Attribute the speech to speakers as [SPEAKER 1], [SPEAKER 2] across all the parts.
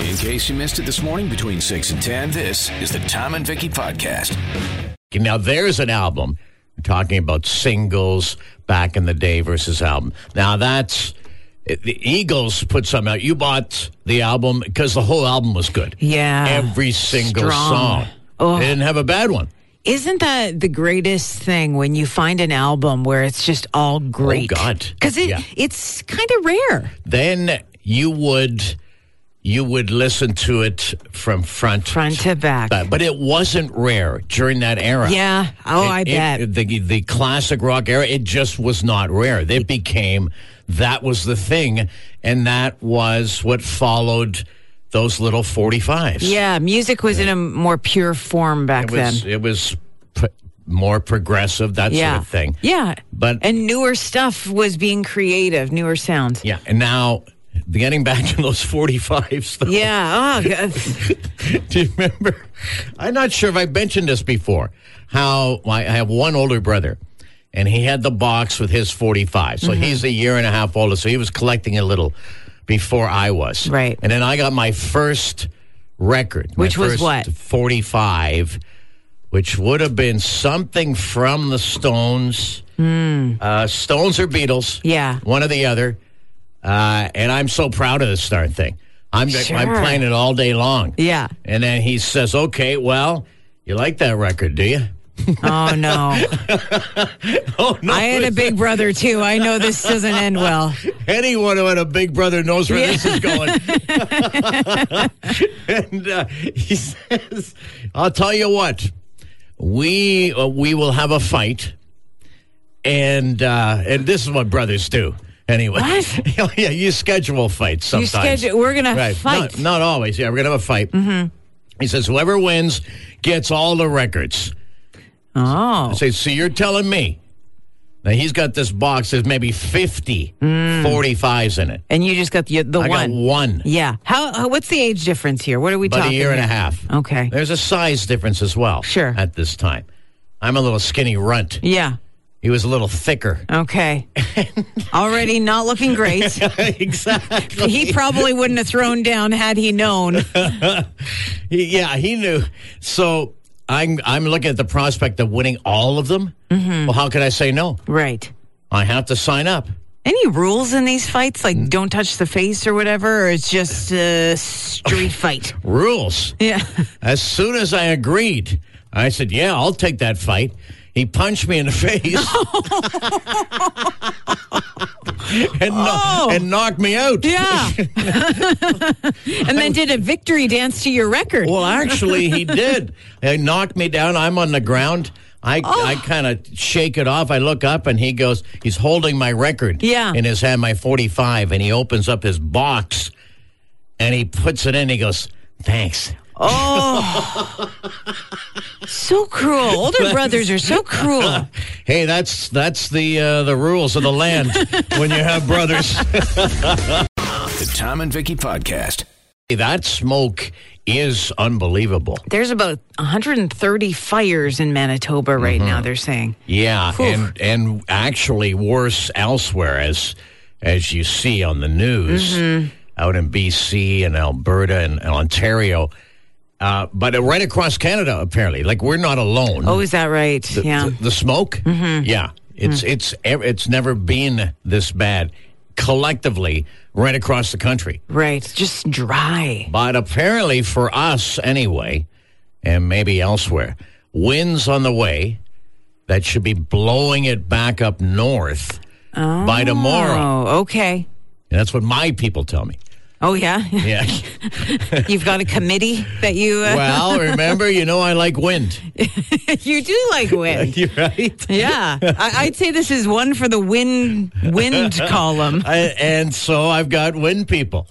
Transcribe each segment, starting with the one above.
[SPEAKER 1] In case you missed it this morning between 6 and 10, this is the Tom and Vicky Podcast.
[SPEAKER 2] Now there's an album We're talking about singles back in the day versus album. Now that's the Eagles put some out. You bought the album because the whole album was good.
[SPEAKER 3] Yeah.
[SPEAKER 2] every single
[SPEAKER 3] Strong. Oh.
[SPEAKER 2] song. They didn't have a bad one.
[SPEAKER 3] Isn't that the greatest thing when you find an album where it's just all great?
[SPEAKER 2] Oh, God.
[SPEAKER 3] Because it,
[SPEAKER 2] Yeah.
[SPEAKER 3] it's kind of rare.
[SPEAKER 2] Then you would you would listen to it from front
[SPEAKER 3] Front to back.
[SPEAKER 2] But, but it wasn't rare during that era.
[SPEAKER 3] Yeah. Oh, I
[SPEAKER 2] It- it-
[SPEAKER 3] bet.
[SPEAKER 2] the the classic rock era, it just was not rare. It became that was the thing, and that was what followed those little forty fives.
[SPEAKER 3] yeah, music was in a more pure form back
[SPEAKER 2] it was
[SPEAKER 3] then.
[SPEAKER 2] it was p- more progressive that
[SPEAKER 3] yeah.
[SPEAKER 2] sort of thing.
[SPEAKER 3] Yeah.
[SPEAKER 2] But-
[SPEAKER 3] and newer stuff was being creative, newer sounds.
[SPEAKER 2] yeah. And now getting back to those forty fives.
[SPEAKER 3] Yeah. Oh, God.
[SPEAKER 2] Do you remember? I'm not sure if I mentioned this before. How I I have one older brother, and he had the box with his 45.
[SPEAKER 3] Mm-hmm.
[SPEAKER 2] So he's a year and a half older. So he was collecting a little before I was.
[SPEAKER 3] Right.
[SPEAKER 2] And then I got my first record, my
[SPEAKER 3] Which was
[SPEAKER 2] first
[SPEAKER 3] what?
[SPEAKER 2] 45, which would have been something from the Stones. Uh, Stones or Beatles?
[SPEAKER 3] Hmm. Yeah.
[SPEAKER 2] one or the other. Uh, and I'm so proud of this darn thing. I'm I'm
[SPEAKER 3] Sure.
[SPEAKER 2] playing it all day long.
[SPEAKER 3] Yeah.
[SPEAKER 2] And then he says, "Okay, well, you like that record, do you?"
[SPEAKER 3] oh, no.
[SPEAKER 2] Oh no!
[SPEAKER 3] I had a big brother, too. I know this doesn't end well.
[SPEAKER 2] Anyone who had a big brother knows where
[SPEAKER 3] Yeah.
[SPEAKER 2] this is going. and uh, he says, "I'll tell you what, we uh, we will have a fight, and uh, and this is what brothers do." Anyway, Oh,
[SPEAKER 3] What?
[SPEAKER 2] yeah, you schedule fights
[SPEAKER 3] You
[SPEAKER 2] sometimes.
[SPEAKER 3] schedule- we're gonna
[SPEAKER 2] Right.
[SPEAKER 3] fight. Mm-hmm.
[SPEAKER 2] Not, not always. Yeah, we're gonna have a fight. He says, "Whoever wins gets all the records."
[SPEAKER 3] Oh.
[SPEAKER 2] I say, so you're telling me now he's got this box, there's maybe 50 45s in it.
[SPEAKER 3] And you just got the, the
[SPEAKER 2] I
[SPEAKER 3] Mm. one.
[SPEAKER 2] got one,
[SPEAKER 3] Yeah. How, how? What's the age difference here? What are we
[SPEAKER 2] about a
[SPEAKER 3] talking?
[SPEAKER 2] year and a
[SPEAKER 3] here?
[SPEAKER 2] half.
[SPEAKER 3] Okay.
[SPEAKER 2] There's a size difference as well.
[SPEAKER 3] Sure.
[SPEAKER 2] At this time. I'm a little skinny runt.
[SPEAKER 3] Yeah.
[SPEAKER 2] He was a little thicker.
[SPEAKER 3] Okay. Already not looking great.
[SPEAKER 2] exactly.
[SPEAKER 3] He probably wouldn't have thrown down had he known.
[SPEAKER 2] He- yeah, he knew. So I'm I'm looking at the prospect of winning all of them.
[SPEAKER 3] Mm-hmm.
[SPEAKER 2] Well, how could I say no?
[SPEAKER 3] Right.
[SPEAKER 2] I have to sign up.
[SPEAKER 3] Any rules in these fights, like don't touch the face or whatever, or it's just a street fight?
[SPEAKER 2] Rules.
[SPEAKER 3] Yeah.
[SPEAKER 2] As soon as I agreed, I said, "Yeah, I'll take that fight." He punched me in the face and, kno-
[SPEAKER 3] Oh.
[SPEAKER 2] and knocked me out.
[SPEAKER 3] Yeah. and then did a victory dance to your record.
[SPEAKER 2] Well, actually, he did. He knocked me down. I'm on the ground. I
[SPEAKER 3] Oh.
[SPEAKER 2] I kind of shake it off. I look up, and he goes. He's holding my record.
[SPEAKER 3] Yeah.
[SPEAKER 2] In his hand, my 45, and he opens up his box, and he puts it in. He goes, "Thanks."
[SPEAKER 3] Oh. So cruel. Older brothers are so cruel.
[SPEAKER 2] Hey, that's that's the uh, the rules of the land when you have brothers.
[SPEAKER 1] The Tom and Vicky Podcast.
[SPEAKER 2] That smoke is unbelievable.
[SPEAKER 3] There's about 130 fires in Manitoba right
[SPEAKER 2] Mm-hmm.
[SPEAKER 3] now, they're saying.
[SPEAKER 2] Yeah,
[SPEAKER 3] Whew.
[SPEAKER 2] and and actually worse elsewhere as as you see on the news out in BC and Alberta and, and Ontario. Uh, but uh, right across Canada, apparently, like we're not alone.
[SPEAKER 3] Oh, is that right? yeah.
[SPEAKER 2] the, the smoke. Yeah, it's it's ev- it's never been this bad collectively right across the country.
[SPEAKER 3] Right. Just dry.
[SPEAKER 2] But apparently, for us anyway, and maybe elsewhere, winds on the way that should be blowing it back up north by tomorrow.
[SPEAKER 3] Oh, okay.
[SPEAKER 2] And that's what my people tell me.
[SPEAKER 3] Oh, yeah.
[SPEAKER 2] Yeah.
[SPEAKER 3] You've got a committee that you uh,
[SPEAKER 2] well, remember, you know, I like wind.
[SPEAKER 3] you do like wind.
[SPEAKER 2] You're right.
[SPEAKER 3] Yeah, I, I'd say this is one for the wind wind column.
[SPEAKER 2] I, and so I've got wind people.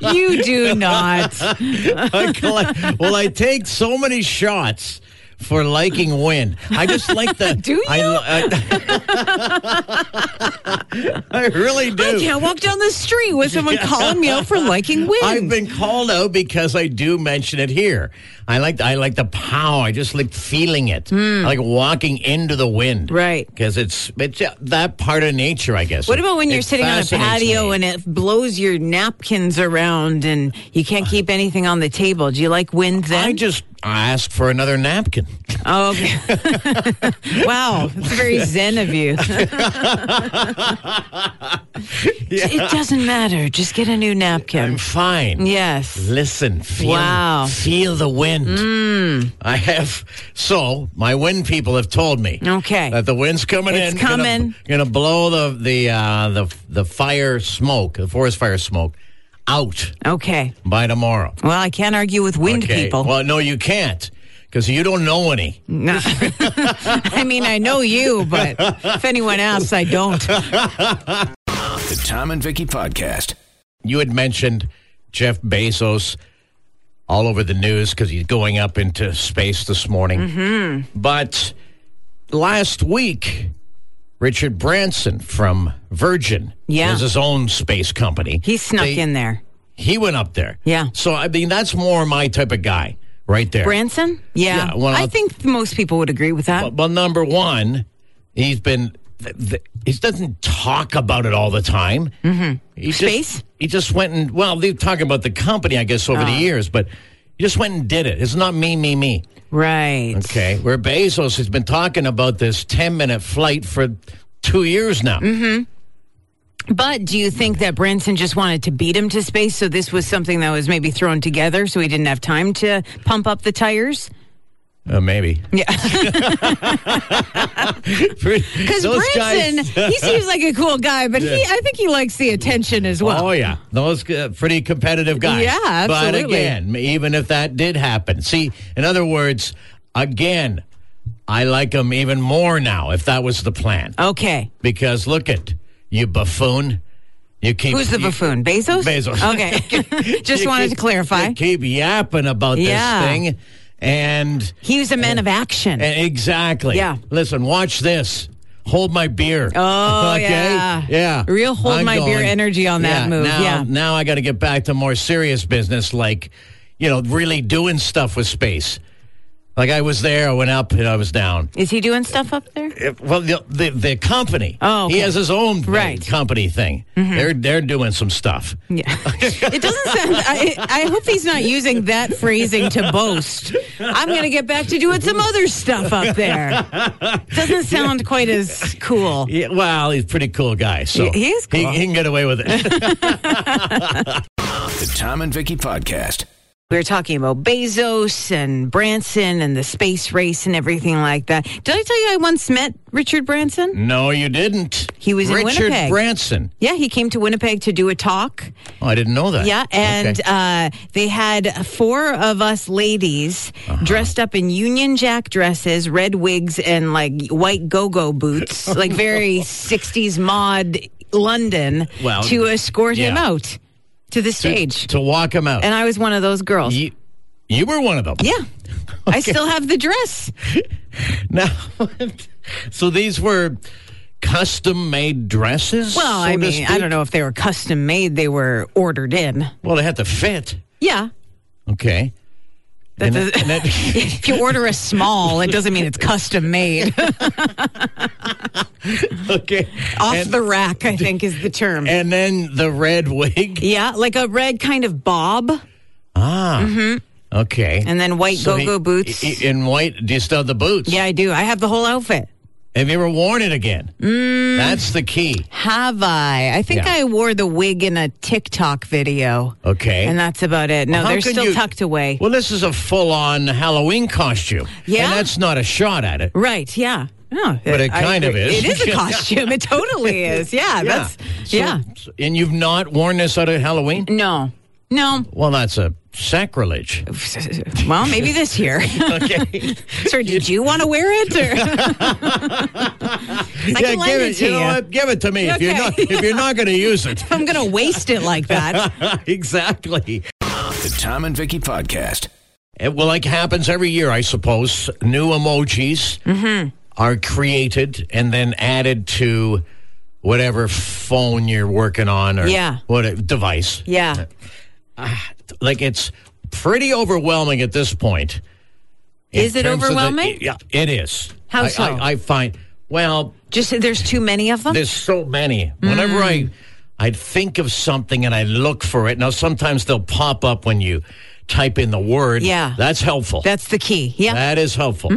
[SPEAKER 3] You do not.
[SPEAKER 2] I collect, well, I take so many shots for liking wind. I just like the.
[SPEAKER 3] Do
[SPEAKER 2] I,
[SPEAKER 3] you?
[SPEAKER 2] lo- I, I really do.
[SPEAKER 3] I can't walk down the street with someone calling me out for liking wind.
[SPEAKER 2] I've been called out because I do mention it here. I like I like the pow. I just like feeling it. I like walking into the wind.
[SPEAKER 3] Hmm. Right.
[SPEAKER 2] Because it's it's uh, that part of nature, I guess.
[SPEAKER 3] What about when you're
[SPEAKER 2] It
[SPEAKER 3] sitting on a
[SPEAKER 2] fascinates
[SPEAKER 3] patio
[SPEAKER 2] me.
[SPEAKER 3] and it blows your napkins around and you can't keep anything on the table? Do you like wind then?
[SPEAKER 2] I just ask for another napkin.
[SPEAKER 3] oh, okay. wow, it's very zen of you. It doesn't matter. Just get a new napkin.
[SPEAKER 2] I'm fine.
[SPEAKER 3] Yes.
[SPEAKER 2] Listen, feel,
[SPEAKER 3] Wow. Mm.
[SPEAKER 2] feel the wind. I have so my wind people have told me.
[SPEAKER 3] Okay.
[SPEAKER 2] that the wind's coming
[SPEAKER 3] It's
[SPEAKER 2] in. gonna-
[SPEAKER 3] coming.
[SPEAKER 2] Gonna, blow the the uh, the the fire smoke, the forest fire smoke, out
[SPEAKER 3] Okay.
[SPEAKER 2] by tomorrow.
[SPEAKER 3] Well, I can't argue with wind
[SPEAKER 2] Okay.
[SPEAKER 3] people.
[SPEAKER 2] Well, no, you can't because you don't know any.
[SPEAKER 3] No. I mean, I know you, but if anyone asks, I don't.
[SPEAKER 1] The Tom and Vicky Podcast.
[SPEAKER 2] You had mentioned Jeff Bezos all over the news because he's going up into space this morning.
[SPEAKER 3] Mm-hmm.
[SPEAKER 2] But last week, Richard Branson from Virgin,
[SPEAKER 3] Yeah.
[SPEAKER 2] has his own space company.
[SPEAKER 3] He snuck
[SPEAKER 2] They-
[SPEAKER 3] in there.
[SPEAKER 2] He went up there.
[SPEAKER 3] Yeah.
[SPEAKER 2] So I mean, that's more my type of guy, right there.
[SPEAKER 3] Branson? Yeah.
[SPEAKER 2] Yeah, well,
[SPEAKER 3] I
[SPEAKER 2] I'll-
[SPEAKER 3] think most people would agree with that.
[SPEAKER 2] Well, number one, he's been. Th- th- he doesn't talk about it all the time. Mm-hmm. He
[SPEAKER 3] Space? Ah.
[SPEAKER 2] Just, he just went and well, they talking about the company, I guess, over the years, but he just went and did it. It's not me, me, me.
[SPEAKER 3] right.
[SPEAKER 2] Okay, where Bezos has been talking about this ten-minute flight for two years now.
[SPEAKER 3] Mm-hmm. But do you think that Branson just wanted to beat him to space? So this was something that was maybe thrown together so he didn't have time to pump up the tires?
[SPEAKER 2] Uh, maybe.
[SPEAKER 3] Yeah.
[SPEAKER 2] Because
[SPEAKER 3] Because Branson, he seems like a cool guy, but he, I think he likes the attention as well.
[SPEAKER 2] Oh yeah, those uh, pretty competitive guys.
[SPEAKER 3] Yeah,
[SPEAKER 2] But
[SPEAKER 3] absolutely.
[SPEAKER 2] again, even if that did happen, see, in other words, again, I like him even more now. If that was the plan,
[SPEAKER 3] Okay.
[SPEAKER 2] because look at you, buffoon. You keep
[SPEAKER 3] Who's the
[SPEAKER 2] you-
[SPEAKER 3] buffoon? Bezos?
[SPEAKER 2] Bezos.
[SPEAKER 3] Okay. just
[SPEAKER 2] you
[SPEAKER 3] wanted
[SPEAKER 2] keep-
[SPEAKER 3] to clarify.
[SPEAKER 2] you keep yapping about
[SPEAKER 3] Yeah.
[SPEAKER 2] this thing, and,
[SPEAKER 3] He was a man of action.
[SPEAKER 2] and exactly.
[SPEAKER 3] Yeah.
[SPEAKER 2] Listen, watch this. Hold my beer.
[SPEAKER 3] Oh, yeah.
[SPEAKER 2] yeah.
[SPEAKER 3] Real hold my beer energy on that move,
[SPEAKER 2] Now,
[SPEAKER 3] yeah.
[SPEAKER 2] now I got to get back to more serious business, like you know, really doing stuff with space. Like I was there, I went up, and I was down.
[SPEAKER 3] Is he doing stuff up there?
[SPEAKER 2] It- well, the the, the company.
[SPEAKER 3] Oh,
[SPEAKER 2] he
[SPEAKER 3] okay.
[SPEAKER 2] has his own thing,
[SPEAKER 3] Right. Mm-hmm.
[SPEAKER 2] company thing. They're they're doing some stuff.
[SPEAKER 3] Yeah. it doesn't sound. I, I hope he's not using that phrasing to boast. I'm going to get back to doing some other stuff up there. Doesn't sound quite as cool.
[SPEAKER 2] Yeah, well, he's a pretty cool guy. So
[SPEAKER 3] He- he is cool.
[SPEAKER 2] he can get away with it.
[SPEAKER 1] The Tom and Vicky Podcast.
[SPEAKER 3] We were talking about Bezos and Branson and the space race and everything like that. Did I tell you I once met Richard Branson?
[SPEAKER 2] No, you didn't.
[SPEAKER 3] He was in
[SPEAKER 2] Richard
[SPEAKER 3] Winnipeg.
[SPEAKER 2] Branson.
[SPEAKER 3] Yeah, he came to Winnipeg to do a talk.
[SPEAKER 2] Oh, I didn't know that.
[SPEAKER 3] Yeah, and
[SPEAKER 2] Okay.
[SPEAKER 3] uh, they had four of us ladies dressed up in Union Jack dresses, red wigs, and like white go-go boots, like very '60s mod London,
[SPEAKER 2] Well,
[SPEAKER 3] to escort him
[SPEAKER 2] yeah.
[SPEAKER 3] out to the stage.
[SPEAKER 2] to walk him out.
[SPEAKER 3] and I was one of those girls.
[SPEAKER 2] you, you were one of them.
[SPEAKER 3] yeah, I still have the dress.
[SPEAKER 2] Now, so these were custom-made dresses.
[SPEAKER 3] Well,
[SPEAKER 2] so
[SPEAKER 3] I
[SPEAKER 2] to
[SPEAKER 3] mean, I
[SPEAKER 2] speak?
[SPEAKER 3] don't know if they were custom made; they were ordered in.
[SPEAKER 2] Well, they had to fit.
[SPEAKER 3] Yeah.
[SPEAKER 2] Okay.
[SPEAKER 3] That
[SPEAKER 2] And
[SPEAKER 3] does-
[SPEAKER 2] that- and that-
[SPEAKER 3] If you order a small, it doesn't mean it's custom made.
[SPEAKER 2] okay.
[SPEAKER 3] Off
[SPEAKER 2] and,
[SPEAKER 3] the rack, I think, is the term.
[SPEAKER 2] and then the red wig.
[SPEAKER 3] Yeah, like a red kind of bob,
[SPEAKER 2] Ah. Okay.
[SPEAKER 3] and then white
[SPEAKER 2] So he-
[SPEAKER 3] go-go boots.
[SPEAKER 2] i- In white, do you still have the boots?
[SPEAKER 3] yeah, I do. I have the whole outfit.
[SPEAKER 2] Have you ever worn it again?
[SPEAKER 3] Mm.
[SPEAKER 2] That's the key.
[SPEAKER 3] Have I? I think
[SPEAKER 2] Yeah.
[SPEAKER 3] I wore the wig in a TikTok video.
[SPEAKER 2] Okay.
[SPEAKER 3] And that's about it. No,
[SPEAKER 2] How
[SPEAKER 3] they're
[SPEAKER 2] could
[SPEAKER 3] still
[SPEAKER 2] you-
[SPEAKER 3] tucked away.
[SPEAKER 2] Well, this is a full-on Halloween costume.
[SPEAKER 3] Yeah?
[SPEAKER 2] and that's not a shot at it.
[SPEAKER 3] right, yeah. No,
[SPEAKER 2] But it
[SPEAKER 3] I
[SPEAKER 2] kind of
[SPEAKER 3] agree.
[SPEAKER 2] is.
[SPEAKER 3] It is a costume. it totally is. Yeah, that's
[SPEAKER 2] So-
[SPEAKER 3] yeah.
[SPEAKER 2] And you've not worn this out at Halloween?
[SPEAKER 3] No. No.
[SPEAKER 2] Well, that's a sacrilege.
[SPEAKER 3] Well, maybe this year.
[SPEAKER 2] Okay.
[SPEAKER 3] Sir, did you want to wear it? Or? I can lend
[SPEAKER 2] give
[SPEAKER 3] it
[SPEAKER 2] it.
[SPEAKER 3] to
[SPEAKER 2] You know
[SPEAKER 3] you.
[SPEAKER 2] what? Give it to me if you're
[SPEAKER 3] Okay.
[SPEAKER 2] not if you're not going to use it.
[SPEAKER 3] I'm going to waste it like that.
[SPEAKER 2] exactly.
[SPEAKER 1] The Tom and Vicky Podcast.
[SPEAKER 2] It, well, like happens every year, I suppose. New emojis
[SPEAKER 3] Mm-hmm.
[SPEAKER 2] are created and then added to whatever phone you're working on or
[SPEAKER 3] Yeah.
[SPEAKER 2] what uh, device.
[SPEAKER 3] Yeah.
[SPEAKER 2] Like it's pretty overwhelming at this point. in
[SPEAKER 3] Is it
[SPEAKER 2] terms of the-
[SPEAKER 3] overwhelming?
[SPEAKER 2] yeah, it is.
[SPEAKER 3] How
[SPEAKER 2] I-
[SPEAKER 3] so?
[SPEAKER 2] I, I find. Well,
[SPEAKER 3] Just that there's too many of them.
[SPEAKER 2] there's so many. Whenever
[SPEAKER 3] Mm.
[SPEAKER 2] I I think of something and I look for it. Now sometimes they'll pop up when you type in the word.
[SPEAKER 3] Yeah. Mm-hmm.
[SPEAKER 2] That's helpful.
[SPEAKER 3] That's the key. Yeah.
[SPEAKER 2] that is helpful.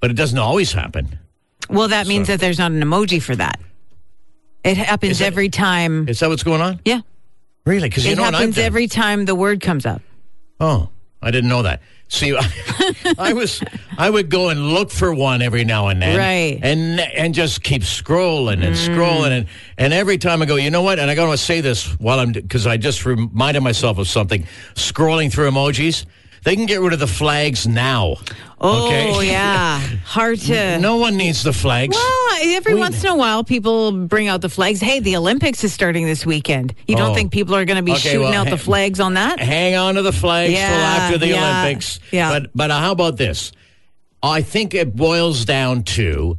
[SPEAKER 2] But it doesn't always happen.
[SPEAKER 3] well, that means that there's not an emoji for that. It happens every time.
[SPEAKER 2] Is that what's going on?
[SPEAKER 3] Yeah.
[SPEAKER 2] Really? Because you
[SPEAKER 3] It
[SPEAKER 2] know what I've
[SPEAKER 3] happens
[SPEAKER 2] done?
[SPEAKER 3] every time the word comes up.
[SPEAKER 2] Oh, I didn't know that. See, I, I was I would go and look for one every now and then,
[SPEAKER 3] Right. Mm.
[SPEAKER 2] And and just keep scrolling and scrolling and and every time I go, you know what? And I gotta say this while I'm because I just reminded myself of something. Scrolling through emojis, they can get rid of the flags now.
[SPEAKER 3] Oh,
[SPEAKER 2] okay?
[SPEAKER 3] yeah. Hard to.
[SPEAKER 2] no one needs the flags.
[SPEAKER 3] Well, every once in a while, people bring out the flags. Hey, the Olympics is starting this weekend. You
[SPEAKER 2] Oh.
[SPEAKER 3] don't think people are going to be
[SPEAKER 2] Okay,
[SPEAKER 3] shooting
[SPEAKER 2] well,
[SPEAKER 3] out
[SPEAKER 2] hey-
[SPEAKER 3] the flags on that?
[SPEAKER 2] hang on to the flags till
[SPEAKER 3] Yeah,
[SPEAKER 2] after the
[SPEAKER 3] yeah,
[SPEAKER 2] Olympics.
[SPEAKER 3] yeah.
[SPEAKER 2] But but how about this? I think it boils down to,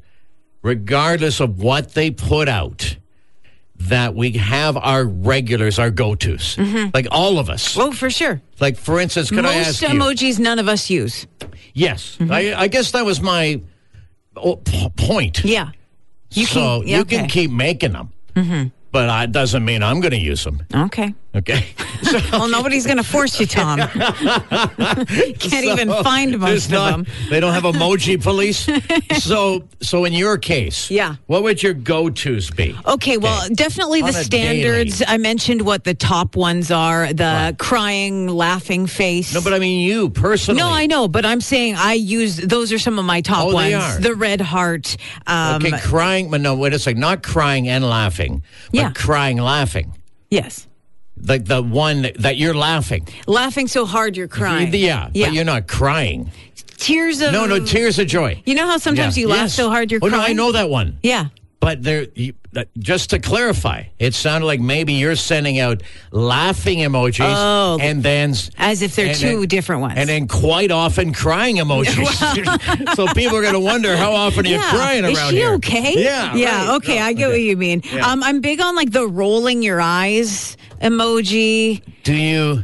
[SPEAKER 2] regardless of what they put out, that we have our regulars, our go tos, like all of us.
[SPEAKER 3] Oh, for sure.
[SPEAKER 2] Like for instance, could I ask
[SPEAKER 3] Mm-hmm. Most Mm-hmm.
[SPEAKER 2] you?
[SPEAKER 3] emojis none of us use.
[SPEAKER 2] yes, I, I guess that was my oh, p- point.
[SPEAKER 3] Yeah. You
[SPEAKER 2] so
[SPEAKER 3] can, yeah,
[SPEAKER 2] you
[SPEAKER 3] okay. Mm-hmm.
[SPEAKER 2] can keep making them, but I- it doesn't mean I'm going to use them.
[SPEAKER 3] Okay.
[SPEAKER 2] Okay. So-
[SPEAKER 3] Well, nobody's going to force you, Tom. Can't even
[SPEAKER 2] So,
[SPEAKER 3] find
[SPEAKER 2] there's
[SPEAKER 3] most
[SPEAKER 2] not-
[SPEAKER 3] of them.
[SPEAKER 2] They don't have emoji police. so, so in your case,
[SPEAKER 3] Yeah.
[SPEAKER 2] what would your go tos be?
[SPEAKER 3] Okay, well, definitely
[SPEAKER 2] On
[SPEAKER 3] the
[SPEAKER 2] a
[SPEAKER 3] standards. I mentioned what the top ones are the crying, laughing face.
[SPEAKER 2] No, but I mean you personally.
[SPEAKER 3] No, I know, but I'm saying I use those are some of my top
[SPEAKER 2] Oh, they
[SPEAKER 3] ones.
[SPEAKER 2] are.
[SPEAKER 3] The red heart. Um,
[SPEAKER 2] Okay, crying, but no, wait a second. Not crying and laughing, but
[SPEAKER 3] Yeah.
[SPEAKER 2] crying, laughing.
[SPEAKER 3] Yes.
[SPEAKER 2] Like the one that you're laughing.
[SPEAKER 3] Laughing so hard you're crying.
[SPEAKER 2] Yeah,
[SPEAKER 3] Yeah.
[SPEAKER 2] but you're not crying.
[SPEAKER 3] Tears of
[SPEAKER 2] No, no, tears of joy.
[SPEAKER 3] You know how sometimes
[SPEAKER 2] Yeah.
[SPEAKER 3] you laugh
[SPEAKER 2] Yes.
[SPEAKER 3] so hard you're
[SPEAKER 2] Oh,
[SPEAKER 3] crying.
[SPEAKER 2] No, I know that one.
[SPEAKER 3] Yeah.
[SPEAKER 2] But there, you, that, just to clarify, it sounded like maybe you're sending out laughing emojis
[SPEAKER 3] Oh.
[SPEAKER 2] and then s-
[SPEAKER 3] As if they're
[SPEAKER 2] and
[SPEAKER 3] two
[SPEAKER 2] then-
[SPEAKER 3] different ones.
[SPEAKER 2] and then quite often crying emojis. so people are going to wonder how often you're
[SPEAKER 3] yeah.
[SPEAKER 2] crying around
[SPEAKER 3] Is she
[SPEAKER 2] here.
[SPEAKER 3] okay?
[SPEAKER 2] Yeah.
[SPEAKER 3] Yeah.
[SPEAKER 2] right.
[SPEAKER 3] Okay.
[SPEAKER 2] No,
[SPEAKER 3] I get what you mean.
[SPEAKER 2] Yeah.
[SPEAKER 3] Um, I'm big on like the rolling your eyes emoji.
[SPEAKER 2] Do you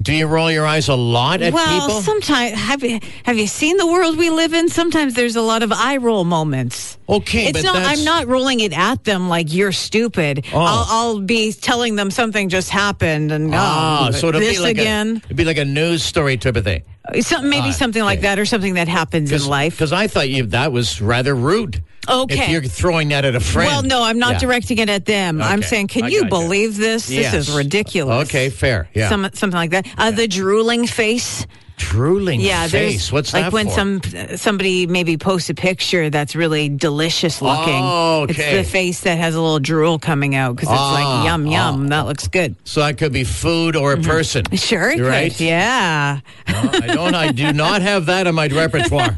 [SPEAKER 2] do you roll your eyes a lot at
[SPEAKER 3] well,
[SPEAKER 2] people?
[SPEAKER 3] sometimes have you have you seen the world we live in? Sometimes there's a lot of eye roll moments.
[SPEAKER 2] Okay,
[SPEAKER 3] it's
[SPEAKER 2] Oh, but
[SPEAKER 3] not.
[SPEAKER 2] that's- Oh.
[SPEAKER 3] I'm not rolling it at them like you're stupid. I'll, I'll be telling them something just happened and
[SPEAKER 2] Ah,
[SPEAKER 3] oh,
[SPEAKER 2] so it'd
[SPEAKER 3] this
[SPEAKER 2] be like A, Ah,
[SPEAKER 3] again.
[SPEAKER 2] it'd be like a news story type of thing.
[SPEAKER 3] Some, maybe something like that or something that happens in life.
[SPEAKER 2] Because I thought you that was rather rude. If
[SPEAKER 3] Okay.
[SPEAKER 2] you're throwing that at a friend.
[SPEAKER 3] Well, no, I'm not
[SPEAKER 2] Yeah.
[SPEAKER 3] directing it at them. I'm
[SPEAKER 2] Okay,
[SPEAKER 3] saying, can
[SPEAKER 2] I
[SPEAKER 3] you
[SPEAKER 2] gotcha.
[SPEAKER 3] believe this? This
[SPEAKER 2] Yes.
[SPEAKER 3] is ridiculous.
[SPEAKER 2] Okay, fair. Yeah.
[SPEAKER 3] Some, something like that. Uh, The drooling face.
[SPEAKER 2] drooling
[SPEAKER 3] Yeah, there's
[SPEAKER 2] face. What's
[SPEAKER 3] like
[SPEAKER 2] that
[SPEAKER 3] when
[SPEAKER 2] for?
[SPEAKER 3] some somebody maybe posts a picture that's really delicious looking.
[SPEAKER 2] Oh, okay.
[SPEAKER 3] It's the face that has a little drool coming out because it's
[SPEAKER 2] Ah,
[SPEAKER 3] like yum yum. That looks good.
[SPEAKER 2] so that could be food or a person.
[SPEAKER 3] Mm-hmm. Sure, it
[SPEAKER 2] You're right.
[SPEAKER 3] could. Yeah,
[SPEAKER 2] No, I don't. I do not have that in my repertoire.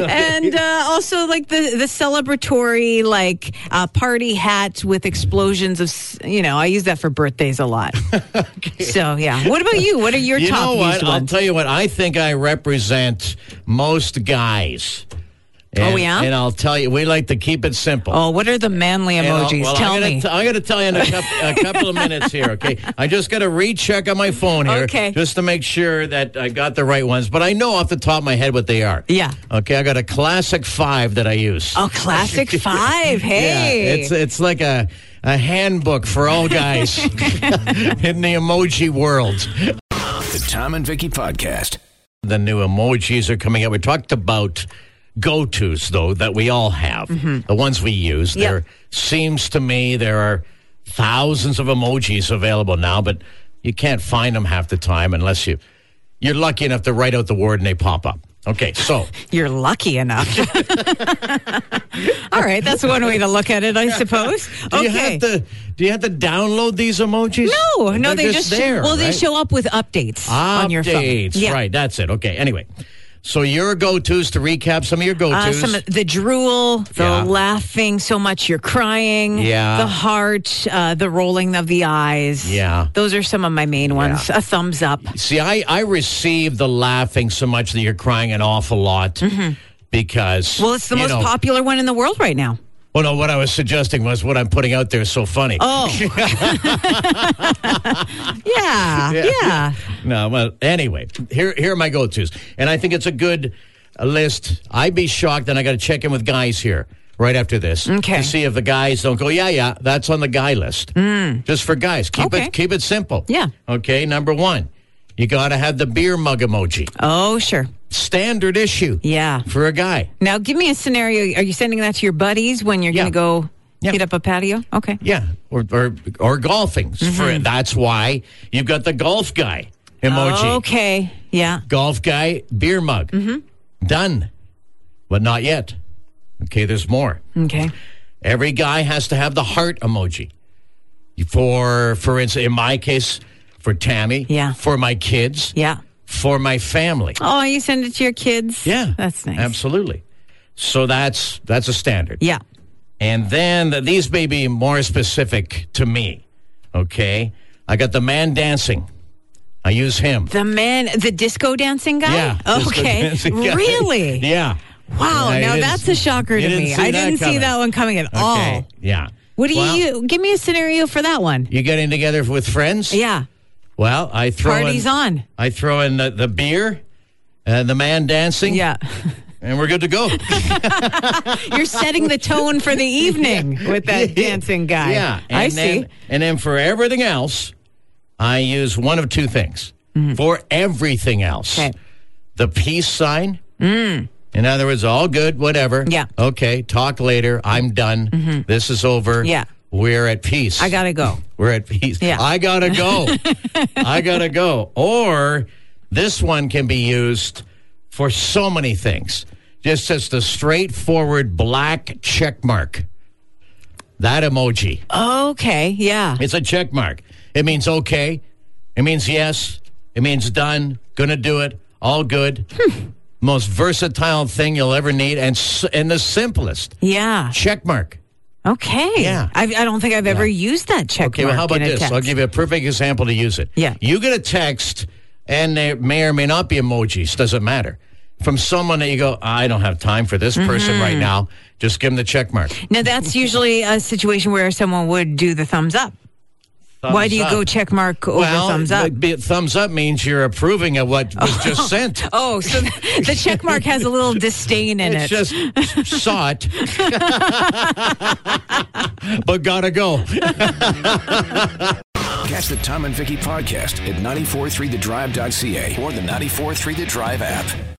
[SPEAKER 3] and uh, also like the the celebratory like uh, party hat with explosions of s- you know I use that for birthdays a lot. So yeah, what about you? What are your
[SPEAKER 2] you
[SPEAKER 3] top
[SPEAKER 2] know what?
[SPEAKER 3] used
[SPEAKER 2] I'll
[SPEAKER 3] ones?
[SPEAKER 2] tell you what. I think I represent most guys. And-
[SPEAKER 3] Oh, yeah?
[SPEAKER 2] And I'll tell you, we like to keep it simple.
[SPEAKER 3] oh, what are the manly
[SPEAKER 2] And I'll-
[SPEAKER 3] emojis?
[SPEAKER 2] oh, well,
[SPEAKER 3] tell
[SPEAKER 2] I'm gonna
[SPEAKER 3] me.
[SPEAKER 2] T- I'm going to tell you in a, coup- a couple of minutes here, okay? I just got to recheck on my phone here
[SPEAKER 3] Okay.
[SPEAKER 2] just to make sure that I got the right ones. But I know off the top of my head what they are.
[SPEAKER 3] Yeah.
[SPEAKER 2] Okay, I got a classic five that I use.
[SPEAKER 3] oh, classic five. Hey,
[SPEAKER 2] Yeah, it's it's like a a handbook for all guys in the emoji world.
[SPEAKER 1] The Tom and Vicky Podcast.
[SPEAKER 2] The new emojis are coming out. We talked about go tos though that we all have, the ones we use.
[SPEAKER 3] Mm-hmm. Yep.
[SPEAKER 2] There seems to me there are thousands of emojis available now, but you can't find them half the time unless you you're lucky enough to write out the word and they pop up. Okay, so
[SPEAKER 3] You're lucky enough. All right, that's one way to look at it, I suppose.
[SPEAKER 2] do
[SPEAKER 3] okay.
[SPEAKER 2] you have to do you have to download these emojis?
[SPEAKER 3] no, no,
[SPEAKER 2] They're
[SPEAKER 3] they just,
[SPEAKER 2] there.
[SPEAKER 3] well, they
[SPEAKER 2] right?
[SPEAKER 3] show up with updates on your phone.
[SPEAKER 2] Updates, Right, that's it. Okay. Anyway, So your go-tos to recap some of your
[SPEAKER 3] Uh,
[SPEAKER 2] go-tos.
[SPEAKER 3] some of- the drool, the
[SPEAKER 2] Yeah.
[SPEAKER 3] laughing so much you're crying,
[SPEAKER 2] Yeah.
[SPEAKER 3] the heart, uh, the rolling of the eyes.
[SPEAKER 2] Yeah.
[SPEAKER 3] those are some of my main ones. A thumbs up.
[SPEAKER 2] See, I I receive the laughing so much that you're crying an awful lot because
[SPEAKER 3] Mm-hmm. Well, it's the
[SPEAKER 2] you
[SPEAKER 3] most
[SPEAKER 2] know-
[SPEAKER 3] popular one in the world right now.
[SPEAKER 2] Well, no, what I was suggesting was what I'm putting out there is so funny.
[SPEAKER 3] Oh, yeah, yeah.
[SPEAKER 2] No, well, anyway, here here are my go tos, and I think it's a good uh, list. I'd be shocked, and I got to check in with guys here right after this
[SPEAKER 3] Okay.
[SPEAKER 2] to see if the guys don't go. Yeah, yeah, that's on the guy list. Just for guys, keep
[SPEAKER 3] Hmm. Okay.
[SPEAKER 2] it keep it simple.
[SPEAKER 3] Yeah.
[SPEAKER 2] Okay. Number one, you got to have the beer mug emoji.
[SPEAKER 3] Oh, sure.
[SPEAKER 2] Standard issue.
[SPEAKER 3] Yeah.
[SPEAKER 2] For a guy.
[SPEAKER 3] Now, give me a scenario. Are you sending that to your buddies when you're
[SPEAKER 2] Yeah.
[SPEAKER 3] going to go
[SPEAKER 2] Yeah.
[SPEAKER 3] hit up a patio? Okay.
[SPEAKER 2] Yeah, or or, or golfing.
[SPEAKER 3] Mm-hmm.
[SPEAKER 2] For, that's why you've got the golf guy emoji.
[SPEAKER 3] Oh, Okay. Yeah.
[SPEAKER 2] Golf guy, beer mug.
[SPEAKER 3] Mm-hmm.
[SPEAKER 2] Done, but not yet. Okay, there's more.
[SPEAKER 3] Okay.
[SPEAKER 2] Every guy has to have the heart emoji. For for instance, in my case, for Tammy.
[SPEAKER 3] Yeah.
[SPEAKER 2] For my kids.
[SPEAKER 3] Yeah.
[SPEAKER 2] For my family.
[SPEAKER 3] Oh, you send it to your kids?
[SPEAKER 2] Yeah.
[SPEAKER 3] That's nice.
[SPEAKER 2] Absolutely. So that's that's a standard.
[SPEAKER 3] Yeah.
[SPEAKER 2] And then th- these may be more specific to me. Okay. I got the man dancing. I use him.
[SPEAKER 3] The man, the disco dancing guy?
[SPEAKER 2] yeah. just the
[SPEAKER 3] Okay.
[SPEAKER 2] dancing guy.
[SPEAKER 3] Really?
[SPEAKER 2] yeah.
[SPEAKER 3] Wow.
[SPEAKER 2] Yeah, you
[SPEAKER 3] now
[SPEAKER 2] didn't-
[SPEAKER 3] that's a shocker
[SPEAKER 2] you
[SPEAKER 3] to
[SPEAKER 2] didn't
[SPEAKER 3] me.
[SPEAKER 2] see
[SPEAKER 3] I
[SPEAKER 2] that
[SPEAKER 3] didn't see
[SPEAKER 2] coming.
[SPEAKER 3] that one coming at
[SPEAKER 2] Okay.
[SPEAKER 3] all.
[SPEAKER 2] Yeah.
[SPEAKER 3] What do
[SPEAKER 2] Well,
[SPEAKER 3] you, give me a scenario for that one.
[SPEAKER 2] You getting together with friends?
[SPEAKER 3] Yeah.
[SPEAKER 2] Well, I throw
[SPEAKER 3] Party's
[SPEAKER 2] in,
[SPEAKER 3] on.
[SPEAKER 2] I throw in the, the beer and the man dancing.
[SPEAKER 3] Yeah.
[SPEAKER 2] And we're good to go.
[SPEAKER 3] You're setting the tone for the evening with that dancing guy.
[SPEAKER 2] Yeah. And
[SPEAKER 3] I
[SPEAKER 2] then,
[SPEAKER 3] see.
[SPEAKER 2] And then for everything else, I use one of two things. For everything else,
[SPEAKER 3] Mm-hmm. Okay. Mm.
[SPEAKER 2] the peace sign. In other words, all good, whatever.
[SPEAKER 3] Yeah. Mm-hmm.
[SPEAKER 2] Okay, talk later. I'm done. This is over.
[SPEAKER 3] Yeah.
[SPEAKER 2] We're at peace.
[SPEAKER 3] I got to go.
[SPEAKER 2] We're at peace.
[SPEAKER 3] Yeah.
[SPEAKER 2] I gotta go. I gotta go. Or this one can be used for so many things. Just as the straightforward black check mark. That emoji.
[SPEAKER 3] Okay. Yeah.
[SPEAKER 2] It's a check mark. It means okay. It means yes. It means done. Gonna do it. All good. Most versatile thing you'll ever need, and s- and the simplest
[SPEAKER 3] Yeah.
[SPEAKER 2] check mark.
[SPEAKER 3] Okay.
[SPEAKER 2] Yeah.
[SPEAKER 3] I, I don't think I've ever used that check
[SPEAKER 2] Okay, well, how about
[SPEAKER 3] in a
[SPEAKER 2] this? I'll
[SPEAKER 3] text.
[SPEAKER 2] give you a perfect example to use it.
[SPEAKER 3] Yeah.
[SPEAKER 2] You get a text, and there may or may not be emojis, doesn't matter, from someone that you go, I don't have time for this person right
[SPEAKER 3] Mm-hmm.
[SPEAKER 2] now. Just give them the check mark.
[SPEAKER 3] Now that's usually a situation where someone would do the thumbs up. Why do you go check mark over
[SPEAKER 2] well,
[SPEAKER 3] thumbs up?
[SPEAKER 2] but be- thumbs up means you're approving of what was just sent.
[SPEAKER 3] Oh, so th- the check mark has a little disdain in
[SPEAKER 2] It's
[SPEAKER 3] it.
[SPEAKER 2] just saw it, but gotta go.
[SPEAKER 1] Catch the Tom and Vicky podcast at 943thedrive.ca or the 943 The Drive app.